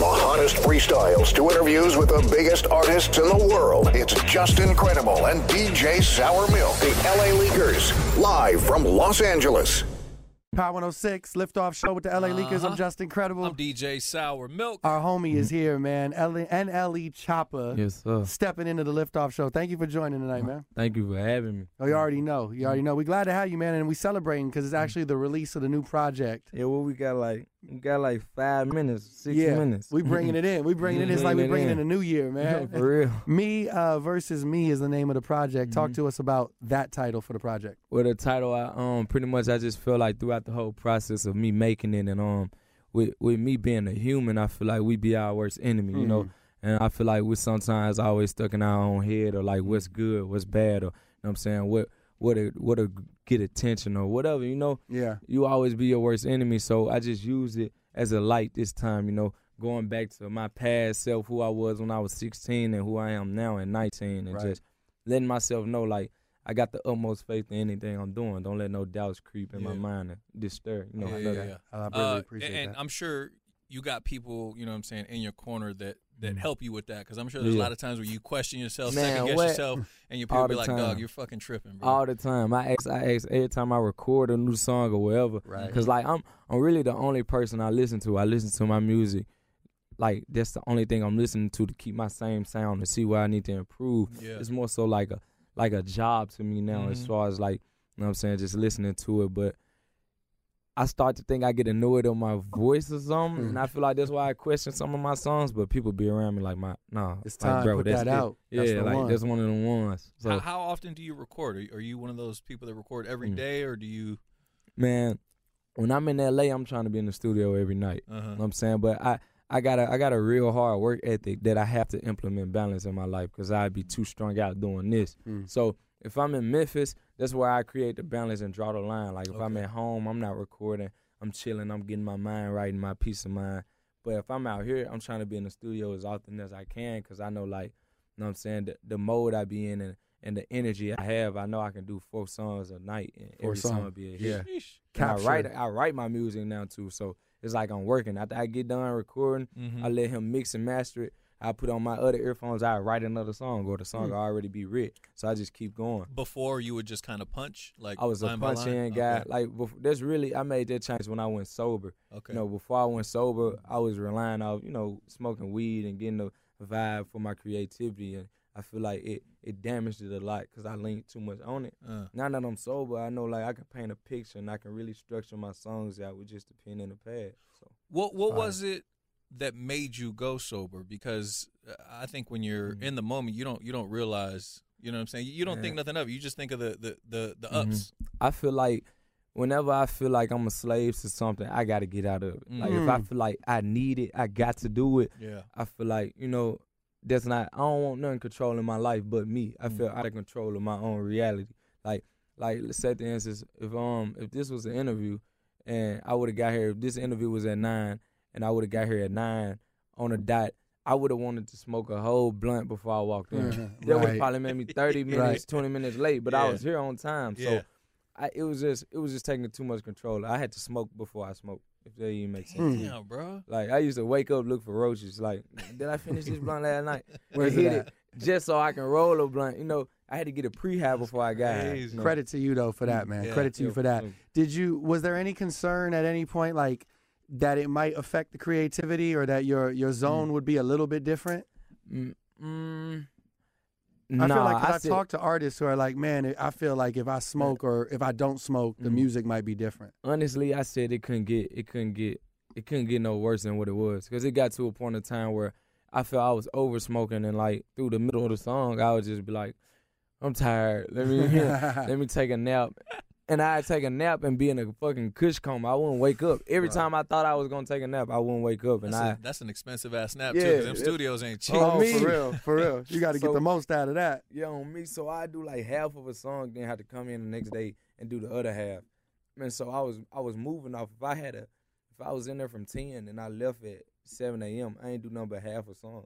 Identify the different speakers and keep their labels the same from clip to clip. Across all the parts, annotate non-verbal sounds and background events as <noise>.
Speaker 1: honest freestyles to interviews with the biggest artists in the world. It's Just Incredible and DJ Sour Milk, the LA Leaguers, live from Los Angeles.
Speaker 2: Power 106, liftoff show with the LA Leakers.
Speaker 3: Uh-huh.
Speaker 2: I'm just incredible.
Speaker 4: I'm DJ Sour Milk.
Speaker 2: Our homie
Speaker 3: Mm-hmm.
Speaker 2: is here, man. L- NLE Chopper
Speaker 3: Yes, sir.
Speaker 2: stepping into the liftoff show. Thank you for joining
Speaker 3: Uh-huh.
Speaker 2: tonight, man.
Speaker 3: Thank you for having me.
Speaker 2: Oh, you already know. You
Speaker 3: Mm-hmm.
Speaker 2: already know. We're glad to have you, man. And we celebrating because it's actually the release of the new project.
Speaker 3: Yeah, what we got like we got like five minutes, six
Speaker 2: yeah,
Speaker 3: minutes.
Speaker 2: we
Speaker 3: <laughs>
Speaker 2: bringing it in. We bringing it in. It's like we bringing in the new year, man.
Speaker 3: for real.
Speaker 2: Me uh, versus me is the name of the project. Talk
Speaker 3: Mm-hmm.
Speaker 2: to us about that title for the project.
Speaker 3: With the title, I um pretty much I just feel like throughout the whole process of me making it and um with with me being a human, I feel like we be our worst enemy, you know.
Speaker 2: Mm-hmm.
Speaker 3: And I feel like we sometimes always stuck in our own head or like what's good, what's bad, or you know what I'm saying what what a, what a get attention or whatever, you know.
Speaker 2: Yeah.
Speaker 3: you always be your worst enemy. So I just use it as a light this time, you know, going back to my past self, who I was when I was 16 and who I am now at 19, and
Speaker 2: Right.
Speaker 3: just letting myself know, like, I got the utmost faith in anything I'm doing. Don't let no doubts creep in my
Speaker 4: Yeah.
Speaker 3: mind and disturb. You know,
Speaker 4: Yeah,
Speaker 3: I
Speaker 4: yeah,
Speaker 3: know
Speaker 4: yeah.
Speaker 3: that.
Speaker 2: I really
Speaker 4: Uh,
Speaker 2: appreciate
Speaker 4: and
Speaker 2: that.
Speaker 4: I'm sure you got people, you know what I'm saying, in your corner that that help you with that because I'm sure there's a
Speaker 3: Mm. Yeah.
Speaker 4: lot of times where you question yourself,
Speaker 3: Man,
Speaker 4: second guess
Speaker 3: what? <laughs>
Speaker 4: yourself, and your
Speaker 3: All
Speaker 4: people be
Speaker 3: the
Speaker 4: like,
Speaker 3: time.
Speaker 4: "Dog, you're fucking tripping, bro."
Speaker 3: all the time. I ask, I ask every time I record a new song or whatever.
Speaker 2: Right.
Speaker 3: Cause like I'm, I'm really the only person I listen to. I listen to my music. Like that's the only thing I'm listening to to keep my same sound and see where I need to improve.
Speaker 4: Yeah.
Speaker 3: It's more so like a, like a job to me now
Speaker 2: Mm-hmm.
Speaker 3: as far as like, you know what I'm saying, just listening to it. But I start to think I get annoyed on my voice or something,
Speaker 2: Mm.
Speaker 3: and I feel like that's why I question some of my songs. But people be around me like, my nah,
Speaker 2: It's
Speaker 3: like,
Speaker 2: time,
Speaker 3: bro,
Speaker 2: put
Speaker 3: that's
Speaker 2: that
Speaker 3: it.
Speaker 2: out.
Speaker 3: Yeah,
Speaker 2: That's the
Speaker 3: like
Speaker 2: one. <laughs> Ah.
Speaker 3: that's one of the ones. So
Speaker 4: how, how often do you record? Are you, are you one of those people that record every day,
Speaker 3: Mm.
Speaker 4: or do you?
Speaker 3: man, when I'm in LA, I'm trying to be in the studio every night. You know
Speaker 4: Uh-huh.
Speaker 3: what I'm saying? But I, I got a I got a real hard work ethic that I have to implement balance in my life because I'd be too strung out doing this.
Speaker 2: Mm.
Speaker 3: So if I'm in Memphis, that's where I create the balance and draw the line. Like if I'm
Speaker 4: Okay.
Speaker 3: at home, I'm not recording. I'm chilling. I'm getting my mind right and my peace of mind. But if I'm out here, I'm trying to be in the studio as often as I can because I know, like, you know what I'm saying, the, the mode I be in and, and the energy I have, I know I can do four songs a night and
Speaker 2: Four
Speaker 3: every song
Speaker 2: songs.
Speaker 3: will be a hit.
Speaker 2: Yeah.
Speaker 4: Sheesh.
Speaker 3: And I
Speaker 2: Capture.
Speaker 3: write I write my music now too, so it's like I'm working. After I get done recording,
Speaker 4: Mm-hmm.
Speaker 3: I let him mix and master it. I put on my other earphones. I write another song, or the song
Speaker 4: Mm.
Speaker 3: will already be writ. So I just keep going.
Speaker 4: Before you would just kind of punch, like
Speaker 3: I was a
Speaker 4: line by
Speaker 3: punch in
Speaker 4: line?
Speaker 3: guy.
Speaker 4: Okay.
Speaker 3: Like bef- that's really I made that change when I went sober.
Speaker 4: Okay.
Speaker 3: You know, before I went sober, I was relying on you know smoking weed and getting the vibe for my creativity, and I feel like it it damaged it a lot because I leaned too much on it.
Speaker 4: Uh.
Speaker 3: Now that I'm sober, I know like I can paint a picture and I can really structure my songs out with just a pen and a pad. So
Speaker 4: What what was it that made you go sober? Because uh, I think when you're
Speaker 2: Mm-hmm.
Speaker 4: in the moment, you don't you don't realize. You know what I'm saying? You don't think nothing of it. You just think of the the the, the
Speaker 2: Mm-hmm.
Speaker 4: ups.
Speaker 3: I feel like whenever I feel like I'm a slave to something, I gotta get out of it. Like if I feel like I need it, I got to do it.
Speaker 4: Yeah.
Speaker 3: I feel like, you know, that's not I don't want nothing controlling my life but me. I feel out of control of my own reality. Like like let's set the instance, if um if this was an interview and I would have got here if this interview was at nine and I would have got here at nine on a dot, I would have wanted to smoke a whole blunt before I walked in. That would
Speaker 2: Mm. Right.
Speaker 3: <laughs> have probably made me thirty minutes,
Speaker 2: Right.
Speaker 3: twenty minutes late, but I
Speaker 4: Yeah.
Speaker 3: was here on time. So
Speaker 4: Yeah.
Speaker 3: I, it was just it was just taking too much control. I had to smoke before I smoked, if that even makes sense.
Speaker 4: Yeah, bro.
Speaker 3: Like I used to wake up look for roaches. Like, did I finish this blunt
Speaker 2: <laughs>
Speaker 3: last night?
Speaker 2: Where's
Speaker 3: And hit
Speaker 2: it at?
Speaker 3: just so I can roll a blunt. You know, I had to get a prehab before I got here. you know.
Speaker 2: Credit to you though for that, man.
Speaker 4: Yeah.
Speaker 2: Credit to you
Speaker 3: Yeah.
Speaker 2: for that.
Speaker 3: Mm.
Speaker 2: Did you was there any concern at any point like that it might affect the creativity or that your your zone would be a little bit different?
Speaker 3: Mm,
Speaker 2: I feel
Speaker 3: nah,
Speaker 2: like 'cause I,
Speaker 3: said-
Speaker 2: talk to artists who are like, man, I feel like if I smoke or if I don't smoke,
Speaker 3: Mm-hmm.
Speaker 2: the music might be
Speaker 3: <laughs>
Speaker 2: different.
Speaker 3: honestly, I said it couldn't get it couldn't get it couldn't get no worse than what it was because it got to a point in time where I felt I was over smoking and like through the middle of the song I would just be like, I'm tired.
Speaker 2: <laughs>
Speaker 3: Let me <laughs> let me take a nap. And I'd take a nap and be in a fucking cush coma. I wouldn't wake up. Every time I thought I was gonna take a nap, I wouldn't wake up. And
Speaker 4: That's,
Speaker 3: I
Speaker 4: a, that's an expensive ass snap too.
Speaker 3: Yeah,
Speaker 4: 'cause Them
Speaker 3: it-
Speaker 4: studios ain't cheap.
Speaker 3: Oh, me.
Speaker 2: for real, for real. You got to get
Speaker 3: So-
Speaker 2: the most out of that.
Speaker 3: yeah, on me. So I do like half of a song, then have to come in the next day and do the other half. And so I was I was moving off. If I had a, if I was in there from ten and I left at seven a.m., I ain't do nothing but half a song.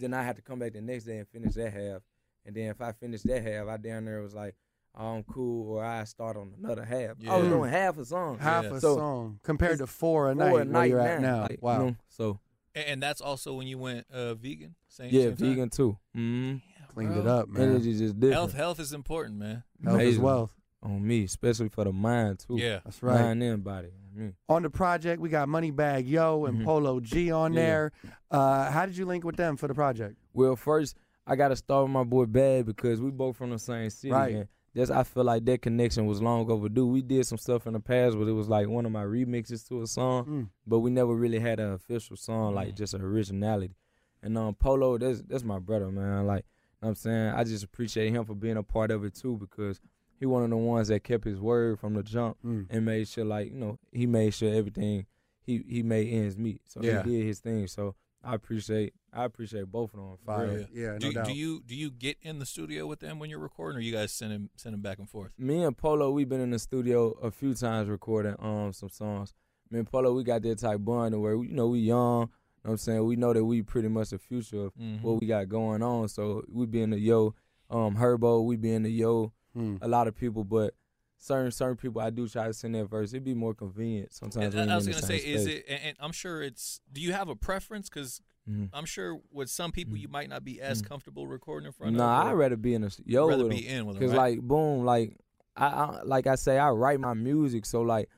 Speaker 3: Then I had to come back the next day and finish that half. And then if I finished that half, I down there was like, oh, I'm cool, or I start on another half. I was
Speaker 4: Yeah.
Speaker 3: doing half a song.
Speaker 2: Half
Speaker 4: Yeah.
Speaker 2: a
Speaker 3: So,
Speaker 2: song compared to
Speaker 3: it's
Speaker 2: four a night
Speaker 3: Four a
Speaker 2: where you're at
Speaker 3: now.
Speaker 2: now.
Speaker 3: Like, you
Speaker 2: wow.
Speaker 3: know, so
Speaker 4: And, and that's also when you went uh, vegan. Same,
Speaker 3: yeah,
Speaker 4: same time?
Speaker 3: vegan too. Mm-hmm.
Speaker 2: Cleaned it
Speaker 4: Bro.
Speaker 2: up, man. Health,
Speaker 3: Energy just different
Speaker 4: Health, health is important, man.
Speaker 2: is
Speaker 3: Amazing.
Speaker 2: wealth.
Speaker 3: on me, especially for the mind too.
Speaker 4: Yeah,
Speaker 2: That's right.
Speaker 3: mind and body. On me.
Speaker 2: On the project, we got Moneybag Yo and
Speaker 3: Mhm.
Speaker 2: Polo G on
Speaker 3: Yeah.
Speaker 2: there. Uh, how did you link with them for the project?
Speaker 3: Well, first I gotta start with my boy Bad because we both from the same city.
Speaker 2: Right.
Speaker 3: And that's I feel like that connection was long overdue. We did some stuff in the past where it was like one of my remixes to a song,
Speaker 2: Mm.
Speaker 3: but we never really had an official song like just an originality. And um, Polo, that's that's my brother, man. Like know what I'm saying, I just appreciate him for being a part of it too because he one of the ones that kept his word from the jump
Speaker 2: Mm.
Speaker 3: and made sure like you know he made sure everything he he made ends meet. So
Speaker 2: Yeah.
Speaker 3: he did his thing. So I appreciate I appreciate both of them. For
Speaker 2: Fire.
Speaker 3: real.
Speaker 2: Yeah, no
Speaker 4: do,
Speaker 2: doubt.
Speaker 4: do you do you get in the studio with them when you're recording, or you guys send them send them back and forth?
Speaker 3: Me and Polo, we've been in the studio a few times recording um some songs. Me and Polo, we got that type bond where you know we young. Know what I'm saying we know that we pretty much the future of
Speaker 4: Mhm.
Speaker 3: what we got going on. So we being the yo, um Herbo, we being the yo,
Speaker 4: Hmm.
Speaker 2: Mm.
Speaker 3: a lot of people, but certain certain people I do try to send that verse. It'd be more convenient sometimes.
Speaker 4: And I, I was
Speaker 3: gonna
Speaker 4: gonna say, is it? And, and I'm sure it's. Do you have a preference? Because
Speaker 3: Mhm.
Speaker 4: I'm sure with some people you might not be as comfortable recording in front of.
Speaker 3: Mm. Nah,
Speaker 4: or
Speaker 3: I'd rather be in a s- yo
Speaker 4: rather
Speaker 3: with 'em.
Speaker 4: be in with them.
Speaker 3: Cause
Speaker 4: Right?
Speaker 3: like boom, like I, I like I say, I write my music. So like,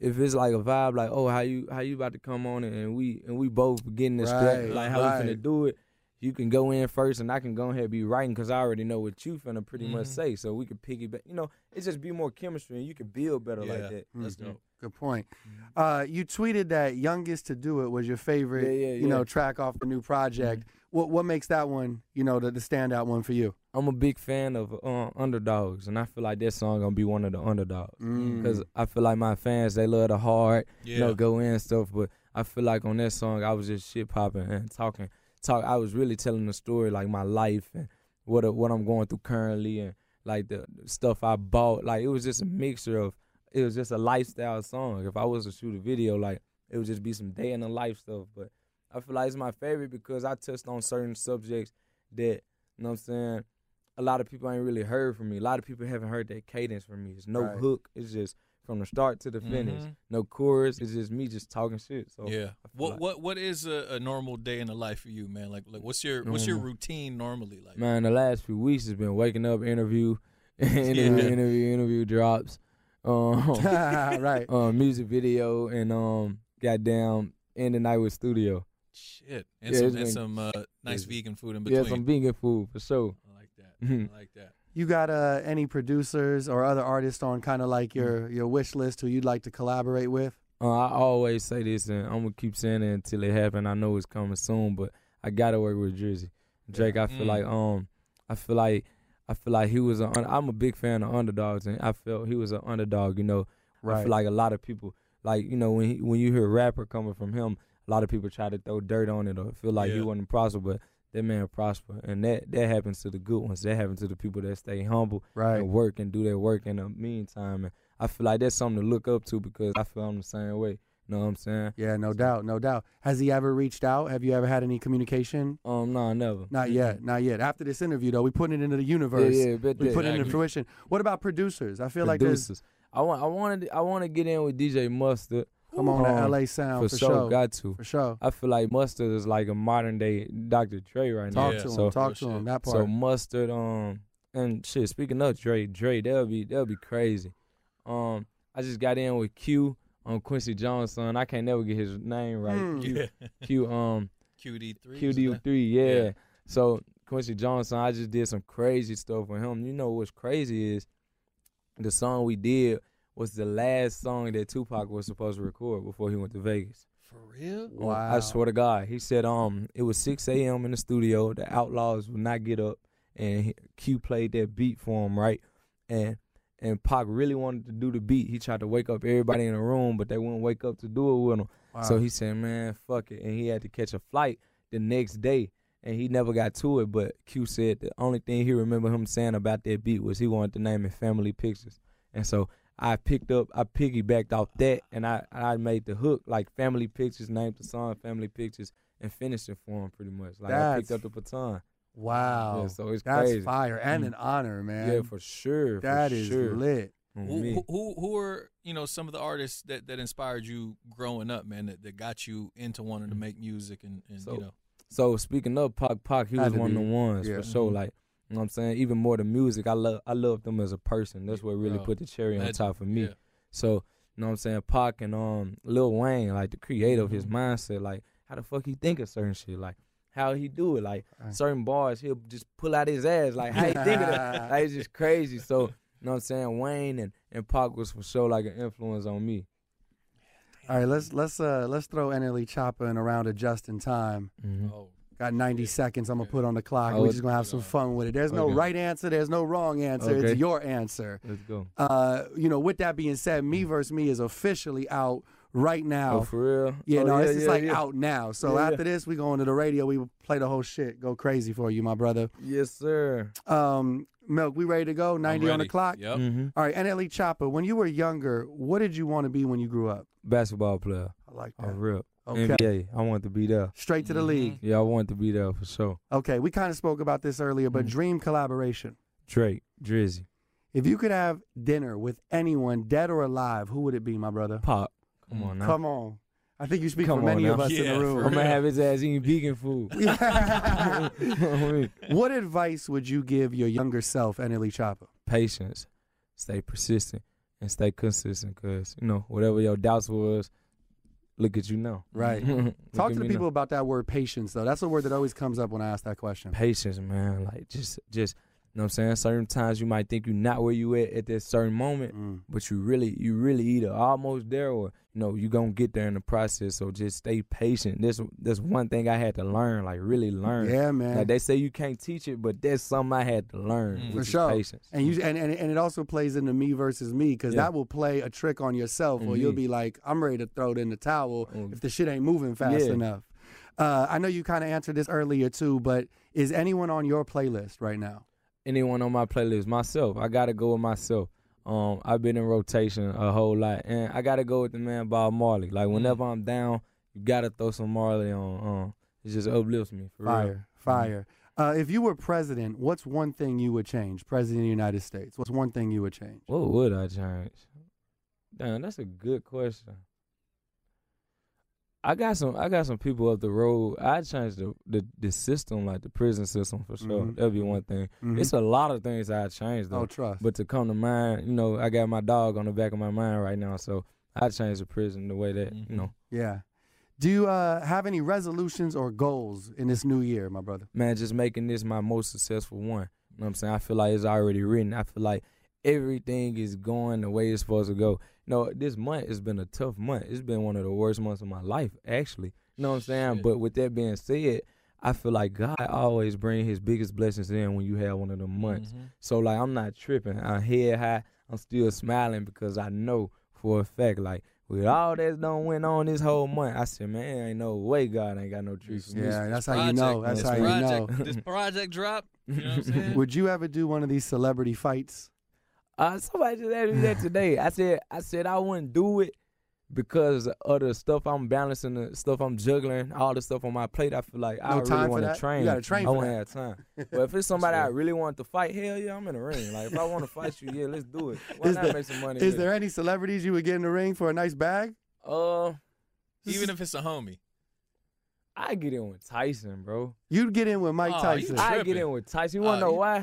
Speaker 3: if it's like a vibe, like oh how you how you about to come on it, and we and we both getting this
Speaker 2: Right,
Speaker 3: like how we
Speaker 2: right.
Speaker 3: finna do it, you can go in first, and I can go ahead and be writing because I already know what you finna pretty much
Speaker 4: Mhm.
Speaker 3: say. So we can piggyback. You know, it's just be more chemistry, and you can build better
Speaker 4: Yeah.
Speaker 3: like that.
Speaker 4: that's
Speaker 2: Mhm.
Speaker 4: dope.
Speaker 2: Good point.
Speaker 3: Mm-hmm.
Speaker 2: Uh, you tweeted that "Youngest to Do It" was your favorite,
Speaker 3: Yeah, yeah,
Speaker 2: you know,
Speaker 3: yeah. Mm-hmm.
Speaker 2: track off the new project. What what makes that one, you know, the, the standout one for
Speaker 3: <laughs>
Speaker 2: you? <laughs>
Speaker 3: I'm a big fan of uh, underdogs, and I feel like that song gonna be one of the underdogs. Cause I feel like my fans, they love the hard,
Speaker 4: yeah,
Speaker 3: you know, go in and stuff. But I feel like on that song, I was just shit popping and talking. Talk. I was really telling the story, like my life and what uh, what I'm going through currently, and like the stuff I bought. Like it was just a mixture of. It was just a lifestyle song. If I was to shoot a video, like it would just be some day in the life stuff. But I feel like it's my favorite because I touched on certain subjects that you know what I'm saying. A lot of people ain't really heard from me. A lot of people haven't heard that cadence from me. It's no
Speaker 2: Right.
Speaker 3: hook. It's just from the start to the finish
Speaker 4: Mhm.
Speaker 3: no chorus. It's just me just talking shit. So
Speaker 4: yeah. What
Speaker 3: like-
Speaker 4: what what is a, a normal day in the life for you, man? Like like what's your what's your
Speaker 3: Normal.
Speaker 4: routine normally like?
Speaker 3: Mm. man, the last few weeks has been waking up, interview, <laughs> interview,
Speaker 4: Yeah.
Speaker 3: interview, interview drops, um,
Speaker 4: <laughs>
Speaker 3: <laughs>
Speaker 2: right.
Speaker 3: uh, music video, and um, goddamn, end the night with studio.
Speaker 4: Shit, and
Speaker 3: Yeah,
Speaker 4: some,
Speaker 3: it's
Speaker 4: and
Speaker 3: been
Speaker 4: some uh, nice
Speaker 3: busy.
Speaker 4: vegan food in
Speaker 3: Yeah,
Speaker 4: between.
Speaker 3: some vegan food for sure.
Speaker 4: I like
Speaker 3: <laughs>
Speaker 4: that.
Speaker 3: Mhm.
Speaker 4: I like that.
Speaker 2: You got uh, any producers or other artists on kind of like your
Speaker 3: Mm-hmm.
Speaker 2: your wish list who you'd like to collaborate with?
Speaker 3: Uh, I always say this, and I'm gonna keep saying it until it happens. I know it's coming soon, but I gotta work with Drizzy. Drake, I
Speaker 4: Mm.
Speaker 3: feel like um, I feel like I feel like he was. A, un- I'm a big fan of underdogs, and I felt he was an underdog. You know, I
Speaker 2: Right.
Speaker 3: feel like a lot of people, like you know, when he, when you hear rapper coming from him, a lot of people try to throw dirt on it or feel like he
Speaker 4: Yeah.
Speaker 3: wasn't prosper, but that man prosper, and that that happens to the good ones. That happens to the people that stay humble
Speaker 2: Right.
Speaker 3: and work and do their work in the meantime. And I feel like that's something to look up to because I feel I'm the same way. You know what I'm saying?
Speaker 2: Yeah, no doubt, no doubt. Has he ever reached out? Have you ever had any communication?
Speaker 3: Um, no, never.
Speaker 2: Not yet, not yet. After this interview, though, we putting it into the
Speaker 3: Yeah,
Speaker 2: universe.
Speaker 3: yeah, bet
Speaker 2: We
Speaker 3: that.
Speaker 2: put it into
Speaker 4: Exactly.
Speaker 2: fruition. What about producers? I feel like there's
Speaker 3: Producers. I want. I wanted. to- I want to get in with DJ Mustard.
Speaker 2: come on
Speaker 3: Um,
Speaker 2: to LA sound
Speaker 3: for,
Speaker 2: for,
Speaker 3: sure.
Speaker 2: sure.
Speaker 3: Got to.
Speaker 2: For sure.
Speaker 3: I feel like Mustard is like a modern day Dr. Dre right now.
Speaker 2: Talk
Speaker 4: Yeah.
Speaker 2: to him.
Speaker 3: So-
Speaker 2: talk
Speaker 4: Real
Speaker 2: to him.
Speaker 4: shit.
Speaker 2: That part.
Speaker 3: So mustard, um, and shit. Speaking of Dre, Dre, that'll be that'll be crazy. Um, I just got in with Q on Quincy Johnson. I can't never get his name right.
Speaker 2: Mm.
Speaker 3: Q,
Speaker 4: Yeah. <laughs>
Speaker 2: <laughs>
Speaker 3: Q, um,
Speaker 4: QD three.
Speaker 3: QD three, yeah.
Speaker 4: Yeah.
Speaker 3: So Quincy Johnson, I just did some crazy stuff with him. You know what's crazy is the song we did was the last song that Tupac was supposed to record before he went to Vegas.
Speaker 4: For real?
Speaker 2: wow.
Speaker 3: I swear to God. He said um it was 6 a.m. in the studio. The Outlaws would not get up, and he- Q played that beat for him, right? And and Pac really wanted to do the beat. He tried to wake up everybody in the room, but they wouldn't wake up to do it with him.
Speaker 2: Wow.
Speaker 3: So he said, "Man, fuck it," and he had to catch a flight the next day, and he never got to it. But Q said the only thing he remembered him saying about that beat was he wanted to name it Family Pictures, and so I picked up, I piggybacked off that, and I I made the hook like Family Pictures, named the song Family Pictures, and finished it for him pretty much. Like I picked
Speaker 2: That's
Speaker 3: up the baton.
Speaker 2: wow.
Speaker 3: Yeah, so it's
Speaker 2: That's
Speaker 3: crazy.
Speaker 2: fire and
Speaker 3: Mm.
Speaker 2: an honor, man.
Speaker 3: Yeah, for sure.
Speaker 2: That is
Speaker 3: sure.
Speaker 2: lit.
Speaker 3: on
Speaker 4: Who,
Speaker 3: me.
Speaker 4: who- who who are you know some of the artists that, that inspired you growing up, man? That, that got you into wanting to
Speaker 2: Mm-hmm.
Speaker 4: make music and, and
Speaker 3: So-
Speaker 4: you know.
Speaker 3: So speaking of Pac Pac, he
Speaker 2: Had
Speaker 3: was
Speaker 2: to
Speaker 3: one of
Speaker 2: be.
Speaker 3: the ones
Speaker 2: Yeah. Mm-hmm.
Speaker 3: for sure. Like you know what I'm saying, even more than music, I love I love them as a person. That's what really
Speaker 4: Bro,
Speaker 3: put the cherry on
Speaker 4: legend.
Speaker 3: top for me.
Speaker 4: Yeah.
Speaker 3: So you know what I'm saying, Pac and um Lil Wayne, like the creator of his
Speaker 2: Mm-hmm.
Speaker 3: mindset, like how the fuck he think of certain shit, like how he do it, like
Speaker 2: Right.
Speaker 3: certain bars he'll just pull out his ass, like
Speaker 2: <laughs>
Speaker 3: how he think of that, like it's just crazy. So. You know what I'm saying? Wayne and, and Pac was for sure like an influence on me.
Speaker 2: All right, let's let's uh let's throw NLE Chopper in a round of just in time.
Speaker 4: Oh,
Speaker 2: Got 90 seconds. I'm gonna put on the clock.
Speaker 3: Oh,
Speaker 2: We're
Speaker 3: it-
Speaker 2: just gonna have some fun with it. There's no
Speaker 3: Okay.
Speaker 2: right answer. There's no wrong answer.
Speaker 3: Okay.
Speaker 2: It's your answer.
Speaker 3: Let's go.
Speaker 2: Uh, you know, with that being said, Me vs. Me is officially out right now.
Speaker 3: Hmm. Oh, for real?
Speaker 2: yeah,
Speaker 3: oh,
Speaker 2: no, this is
Speaker 3: yeah,
Speaker 2: like
Speaker 3: yeah.
Speaker 2: out now. So
Speaker 3: Yeah, yeah.
Speaker 2: after this, we go into the radio. We play the whole shit. Go crazy for you, my brother.
Speaker 3: Yes, sir.
Speaker 2: Um, Milk, we ready to go? 90 on the
Speaker 4: ready.
Speaker 2: clock.
Speaker 4: Yep.
Speaker 3: Mm-hmm.
Speaker 2: All right, NLE Chopper. When you were younger, what did you want to be when you grew up?
Speaker 3: Basketball player.
Speaker 2: I like
Speaker 3: Oh,
Speaker 2: that.
Speaker 3: real.
Speaker 2: Okay.
Speaker 3: NBA. I want to be there.
Speaker 2: Straight to the
Speaker 3: mm-hmm.
Speaker 4: Mhm.
Speaker 2: league.
Speaker 3: Yeah, I want to be there for sure.
Speaker 2: Okay, we kind of spoke about this earlier,
Speaker 3: Mm.
Speaker 2: but dream collaboration.
Speaker 3: Drake, Drizzy,
Speaker 2: If you could have dinner with anyone, dead or alive, who would it be, my brother?
Speaker 3: Pop. Come on now.
Speaker 2: Come on. I think you speak
Speaker 3: Come
Speaker 2: for many
Speaker 3: on
Speaker 2: of
Speaker 3: now.
Speaker 2: us in
Speaker 4: Yeah,
Speaker 2: the
Speaker 3: I'm
Speaker 2: room.
Speaker 3: gonna have his ass eating vegan food. <laughs>
Speaker 2: <laughs> what advice would you give your younger self, NLE Chopper?
Speaker 3: Patience, stay persistent, and stay consistent. Cause you know whatever your doubts was, look at you now.
Speaker 2: Right.
Speaker 3: <laughs> Look
Speaker 2: Talk
Speaker 3: at
Speaker 2: to the
Speaker 3: me now.
Speaker 2: people about that word patience, though. That's a word that always comes up when I ask that question.
Speaker 3: patience, man. Like just, just you know what I'm saying. Certain times you might think you're not where you at at that certain moment,
Speaker 2: Mm.
Speaker 3: but you really you really either almost there or you know you gonna get there in the process so just stay patient this that's one thing i had to learn like really learn
Speaker 2: Yeah, man.
Speaker 3: like they say you can't teach it but that's something i had to learn
Speaker 4: Mm.
Speaker 3: which
Speaker 2: for
Speaker 3: is
Speaker 2: sure.
Speaker 3: patience
Speaker 2: And you and, and and it also plays into me versus me because
Speaker 3: Yeah.
Speaker 2: that will play a trick on yourself, or you'll
Speaker 3: Indeed.
Speaker 2: be like, I'm ready to throw it in the towel
Speaker 3: Mm.
Speaker 2: if the shit ain't moving fast
Speaker 3: Yeah.
Speaker 2: enough. Uh, I know you kind of answered this earlier too, but is anyone on your playlist right now?
Speaker 3: anyone on my playlist myself i gotta go with myself um i've been in rotation a whole lot and i gotta go with the man bob marley like whenever i'm down you gotta throw some marley on um it just uplifts me for
Speaker 2: Fire,
Speaker 3: real Mm-hmm.
Speaker 2: fire. Uh, if you were president, what's one thing you would change? President of the United States. What's one thing you would change?
Speaker 3: What would I change? Damn, that's a good question. I got some I got some people up the road. I changed the the, the system, like the prison system for sure.
Speaker 2: Mhm.
Speaker 3: That'd be one thing.
Speaker 2: Mhm.
Speaker 3: It's a lot of things I changed though.
Speaker 2: oh, trust.
Speaker 3: But to come to mind, you know, I got my dog on the back of my mind right now, so I changed the prison the way that, you know.
Speaker 2: yeah. Do you uh, have any resolutions or goals in this new year, my brother?
Speaker 3: man, just making this my most successful one. You know what I'm saying? I feel like it's already written. I feel like everything is going the way it's supposed to go. You know, this month has been a tough month. It's been one of the worst months of my life, actually. You know what I'm saying?
Speaker 4: Shit.
Speaker 3: But with that being said, I feel like God always bring his biggest blessings in when you have one of them months.
Speaker 2: Mm-hmm.
Speaker 3: So like I'm not tripping. I'm head high. I'm still smiling because I know for a fact, like with all that's done went on this whole month, I said, man, ain't no way God ain't got no tricks.
Speaker 4: This-
Speaker 2: Yeah,
Speaker 4: this
Speaker 2: that's how you know. That's
Speaker 4: this
Speaker 2: how you
Speaker 4: project,
Speaker 2: know.
Speaker 4: <laughs> This project drop. You know what I'm saying?
Speaker 2: <laughs> Would you ever do one of these celebrity fights?
Speaker 3: Uh, somebody just asked me that today. I said, I said I wouldn't do it because of the stuff I'm balancing, the stuff I'm juggling, all the stuff on my plate. I feel like I
Speaker 2: No time
Speaker 3: really
Speaker 2: for
Speaker 3: want
Speaker 2: that?
Speaker 3: to train.
Speaker 2: You gotta train
Speaker 3: I
Speaker 2: for
Speaker 3: won't
Speaker 2: that.
Speaker 3: have time.
Speaker 2: <laughs>
Speaker 3: But if it's somebody I really want to fight, hell yeah, I'm in the ring. Like if I want to fight you, yeah, let's
Speaker 2: <laughs>
Speaker 3: do it. Why
Speaker 2: Is
Speaker 3: not
Speaker 2: there-
Speaker 3: make some money?
Speaker 2: Is
Speaker 3: with it?
Speaker 2: there any celebrities you would get in the ring for a nice bag?
Speaker 3: Uh,
Speaker 4: Even if it's a homie.
Speaker 3: I get in with Tyson, bro.
Speaker 2: You'd get in with Mike
Speaker 4: Aw, you
Speaker 2: Tyson.
Speaker 4: tri-
Speaker 3: I get
Speaker 4: Tripping.
Speaker 3: in with Tyson. You
Speaker 2: Uh,
Speaker 3: want to
Speaker 4: Oh,
Speaker 3: know
Speaker 4: you-
Speaker 3: why?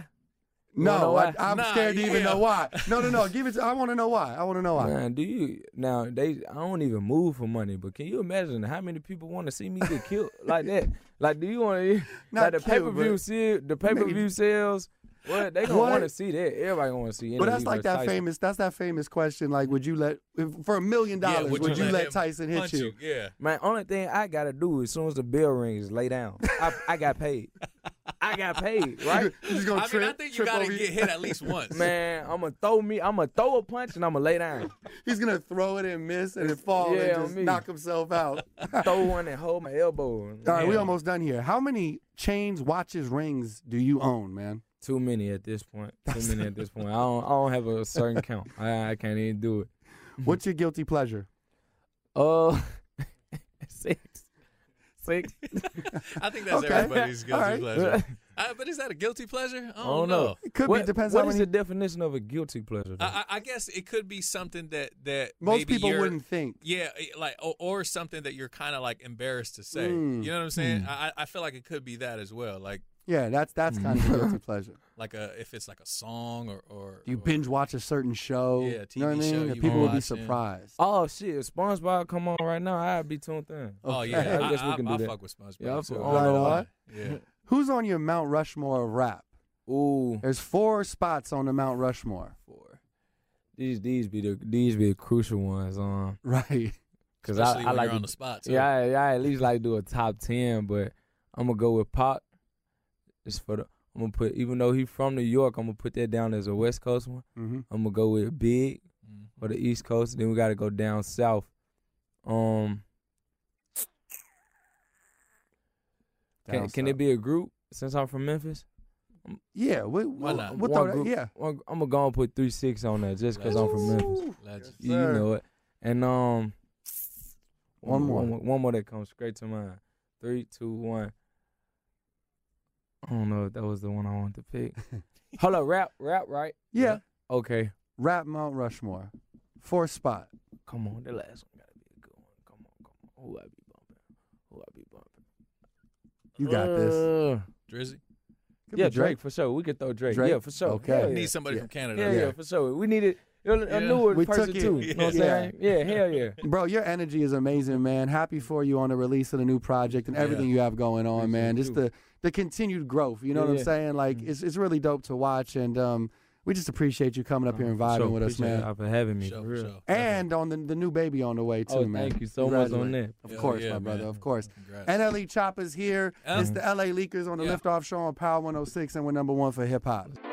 Speaker 3: You wanna know
Speaker 2: no, I,
Speaker 3: why?
Speaker 2: I'm
Speaker 4: Nah,
Speaker 2: scared to even
Speaker 4: yeah.
Speaker 2: know why. No, no, no. Give it. To, I want to know why. I want to know why.
Speaker 3: Man, do you now? They I don't even move for money, but can you imagine how many people want to see me get
Speaker 2: <laughs>
Speaker 3: killed like that? Like, do you want to?
Speaker 2: Not
Speaker 3: Like the pay per
Speaker 2: killed,
Speaker 3: view
Speaker 2: but-
Speaker 3: sale, the pay per view sales. What they gonna
Speaker 2: What?
Speaker 3: want to see that? Everybody want to see.
Speaker 2: But
Speaker 3: NLE
Speaker 2: that's like
Speaker 3: versus
Speaker 2: that
Speaker 3: Tyson.
Speaker 2: famous. That's that famous question. Like, would you let if- for a million
Speaker 4: Yeah,
Speaker 2: <laughs> dollars? Would you let
Speaker 4: him
Speaker 2: Tyson hit <laughs>
Speaker 4: punch
Speaker 2: you?
Speaker 4: Yeah.
Speaker 3: Man, only thing I gotta do as soon as the bell rings, lay down. I, I got paid. I got paid, right?
Speaker 2: <laughs> You just gonna
Speaker 4: I
Speaker 2: trip,
Speaker 4: mean, I think you
Speaker 2: trip
Speaker 4: gotta
Speaker 2: over your-
Speaker 4: get hit
Speaker 2: <laughs>
Speaker 4: at least once.
Speaker 3: Man, I'ma throw me. I'ma throw a punch and I'ma lay down.
Speaker 2: He's gonna throw it and miss and it fall
Speaker 3: yeah,
Speaker 2: and
Speaker 3: on
Speaker 2: just
Speaker 3: me.
Speaker 2: knock himself out. All
Speaker 3: Throw one and hold my elbow.
Speaker 2: right, we
Speaker 3: Yeah.
Speaker 2: almost done here. How many chains, watches, rings do you own, man?
Speaker 3: Too many at this point. Too many at this point. I don't. I don't have a certain count. I, I can't even do it.
Speaker 2: What's your guilty pleasure?
Speaker 3: Uh, <laughs> six, six.
Speaker 4: I think that's
Speaker 2: Okay.
Speaker 4: everybody's guilty
Speaker 2: All right. <laughs>
Speaker 4: pleasure. I, but is that a guilty pleasure? I don't,
Speaker 3: I don't know.
Speaker 4: know.
Speaker 2: It could
Speaker 3: what,
Speaker 2: be depends
Speaker 3: what
Speaker 2: on
Speaker 3: is
Speaker 2: when
Speaker 3: the
Speaker 2: you,
Speaker 3: definition of a guilty pleasure? though?
Speaker 4: I, I I guess it could be something that that
Speaker 2: most
Speaker 4: maybe
Speaker 2: people
Speaker 4: you're-
Speaker 2: wouldn't think.
Speaker 4: Yeah, it- like or, or something that you're kind of like embarrassed to say.
Speaker 2: Mm.
Speaker 4: You know what I'm saying? I, I feel like it could be that as well. Like
Speaker 2: Yeah, that's that's kind of
Speaker 3: Mm-hmm.
Speaker 2: guilty pleasure.
Speaker 4: like a if it's like a song or or
Speaker 2: You
Speaker 4: or-
Speaker 2: binge watch a certain show.
Speaker 4: Yeah,
Speaker 2: you know what I
Speaker 4: TV show
Speaker 2: mean?
Speaker 4: you
Speaker 2: And people would be
Speaker 4: watch, yeah.
Speaker 2: surprised.
Speaker 3: oh shit! If SpongeBob come on right now, I'd be tuned in.
Speaker 4: Oh
Speaker 2: Okay.
Speaker 4: yeah, I,
Speaker 3: <laughs> I guess we
Speaker 4: I-
Speaker 3: can do
Speaker 4: I
Speaker 3: that.
Speaker 4: fuck with SpongeBob.
Speaker 3: Yeah, I
Speaker 4: too.
Speaker 3: fuck-
Speaker 4: I don't know
Speaker 2: Right
Speaker 4: why.
Speaker 3: <laughs>
Speaker 4: Yeah.
Speaker 2: Who's on your Mount Rushmore of rap?
Speaker 3: Ooh,
Speaker 2: There's four spots on the Mount Rushmore.
Speaker 3: four. These these be the these be the crucial ones, um,
Speaker 2: Right.
Speaker 3: because I,
Speaker 4: Especially
Speaker 3: I
Speaker 4: when
Speaker 3: like
Speaker 4: you're on
Speaker 3: to-
Speaker 4: the spot. Too.
Speaker 3: yeah, I, I at least like do a top ten, but I'm gonna go with Pop. Just for the I'm gonna put even though he from New York, I'm gonna put that down as a West Coast one.
Speaker 2: hmm
Speaker 3: I'm gonna go with Big
Speaker 4: Mhm.
Speaker 2: Mm-hmm.
Speaker 3: for the East Coast. Then we gotta go down south. Um, can
Speaker 2: Down
Speaker 3: can it
Speaker 2: south.
Speaker 3: be a group since I'm from Memphis?
Speaker 2: Yeah. We, we,
Speaker 4: Why not?
Speaker 2: we'll
Speaker 3: One
Speaker 2: throw that-
Speaker 3: group-
Speaker 2: yeah.
Speaker 3: I'm gonna go and put three six on there just because I'm from Memphis.
Speaker 2: Ooh.
Speaker 4: Legend.
Speaker 3: You
Speaker 2: Sir.
Speaker 3: know it. And um,
Speaker 2: One more.
Speaker 3: one, more that comes straight to mind. Three, two, one. I don't know if that was the one I wanted to
Speaker 2: <laughs>
Speaker 3: pick. Hold up, rap, rap, right?
Speaker 2: yeah.
Speaker 3: Okay.
Speaker 2: Rap Mount Rushmore. Fourth spot.
Speaker 3: Come on, the last one gotta be a good one. Come on, come on. Who I be bumping? Who I be bumping?
Speaker 2: You got this.
Speaker 3: Uh,
Speaker 4: Drizzy.
Speaker 2: Could
Speaker 3: yeah,
Speaker 2: be
Speaker 3: Drake for sure. We could throw Drake.
Speaker 2: Drake?
Speaker 3: Yeah, for sure.
Speaker 2: Okay.
Speaker 3: Hell
Speaker 2: Yeah.
Speaker 3: yeah.
Speaker 4: Need somebody
Speaker 2: Yeah.
Speaker 4: from Canada.
Speaker 3: yeah, yeah, for sure. We needed a, a
Speaker 4: Yeah.
Speaker 3: newer
Speaker 2: We
Speaker 3: person
Speaker 2: took it.
Speaker 3: too. You know what I'm
Speaker 2: Yeah.
Speaker 3: saying? Yeah, hell yeah.
Speaker 2: Bro, your energy is amazing, man. Happy for you on the release of the new project and everything you have going on, man. Just the, the continued growth. You know
Speaker 3: Yeah, Mm-hmm.
Speaker 2: what I'm
Speaker 3: yeah.
Speaker 2: saying? Like it's it's really dope to watch and um we just appreciate you coming up here and
Speaker 3: Uh-huh.
Speaker 2: vibing
Speaker 3: For sure.
Speaker 2: with us,
Speaker 3: Appreciate
Speaker 2: man.
Speaker 3: y'all for having me.
Speaker 4: Sure,
Speaker 3: for
Speaker 4: for
Speaker 3: real.
Speaker 4: sure.
Speaker 2: And on the, the new baby on the way too,
Speaker 3: Oh,
Speaker 2: man.
Speaker 3: thank you so much on
Speaker 2: Congratulations.
Speaker 3: that.
Speaker 2: Of
Speaker 4: Hell
Speaker 2: course,
Speaker 4: yeah,
Speaker 2: my brother,
Speaker 4: man.
Speaker 2: of course.
Speaker 4: Congrats.
Speaker 2: NLE Choppers here. It's the LA Leakers on the
Speaker 4: Yeah.
Speaker 2: oh Liftoff Show on Power 106, and we're number one for hip hop.